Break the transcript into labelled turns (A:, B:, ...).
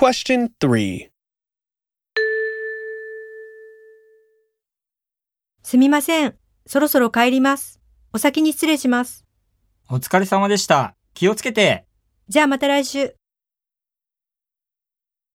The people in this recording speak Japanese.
A: Question 3.
B: すみません。そろそろ帰ります。お先に失礼します。
C: お疲れ様でした。気をつけて。
B: じゃあまた来週。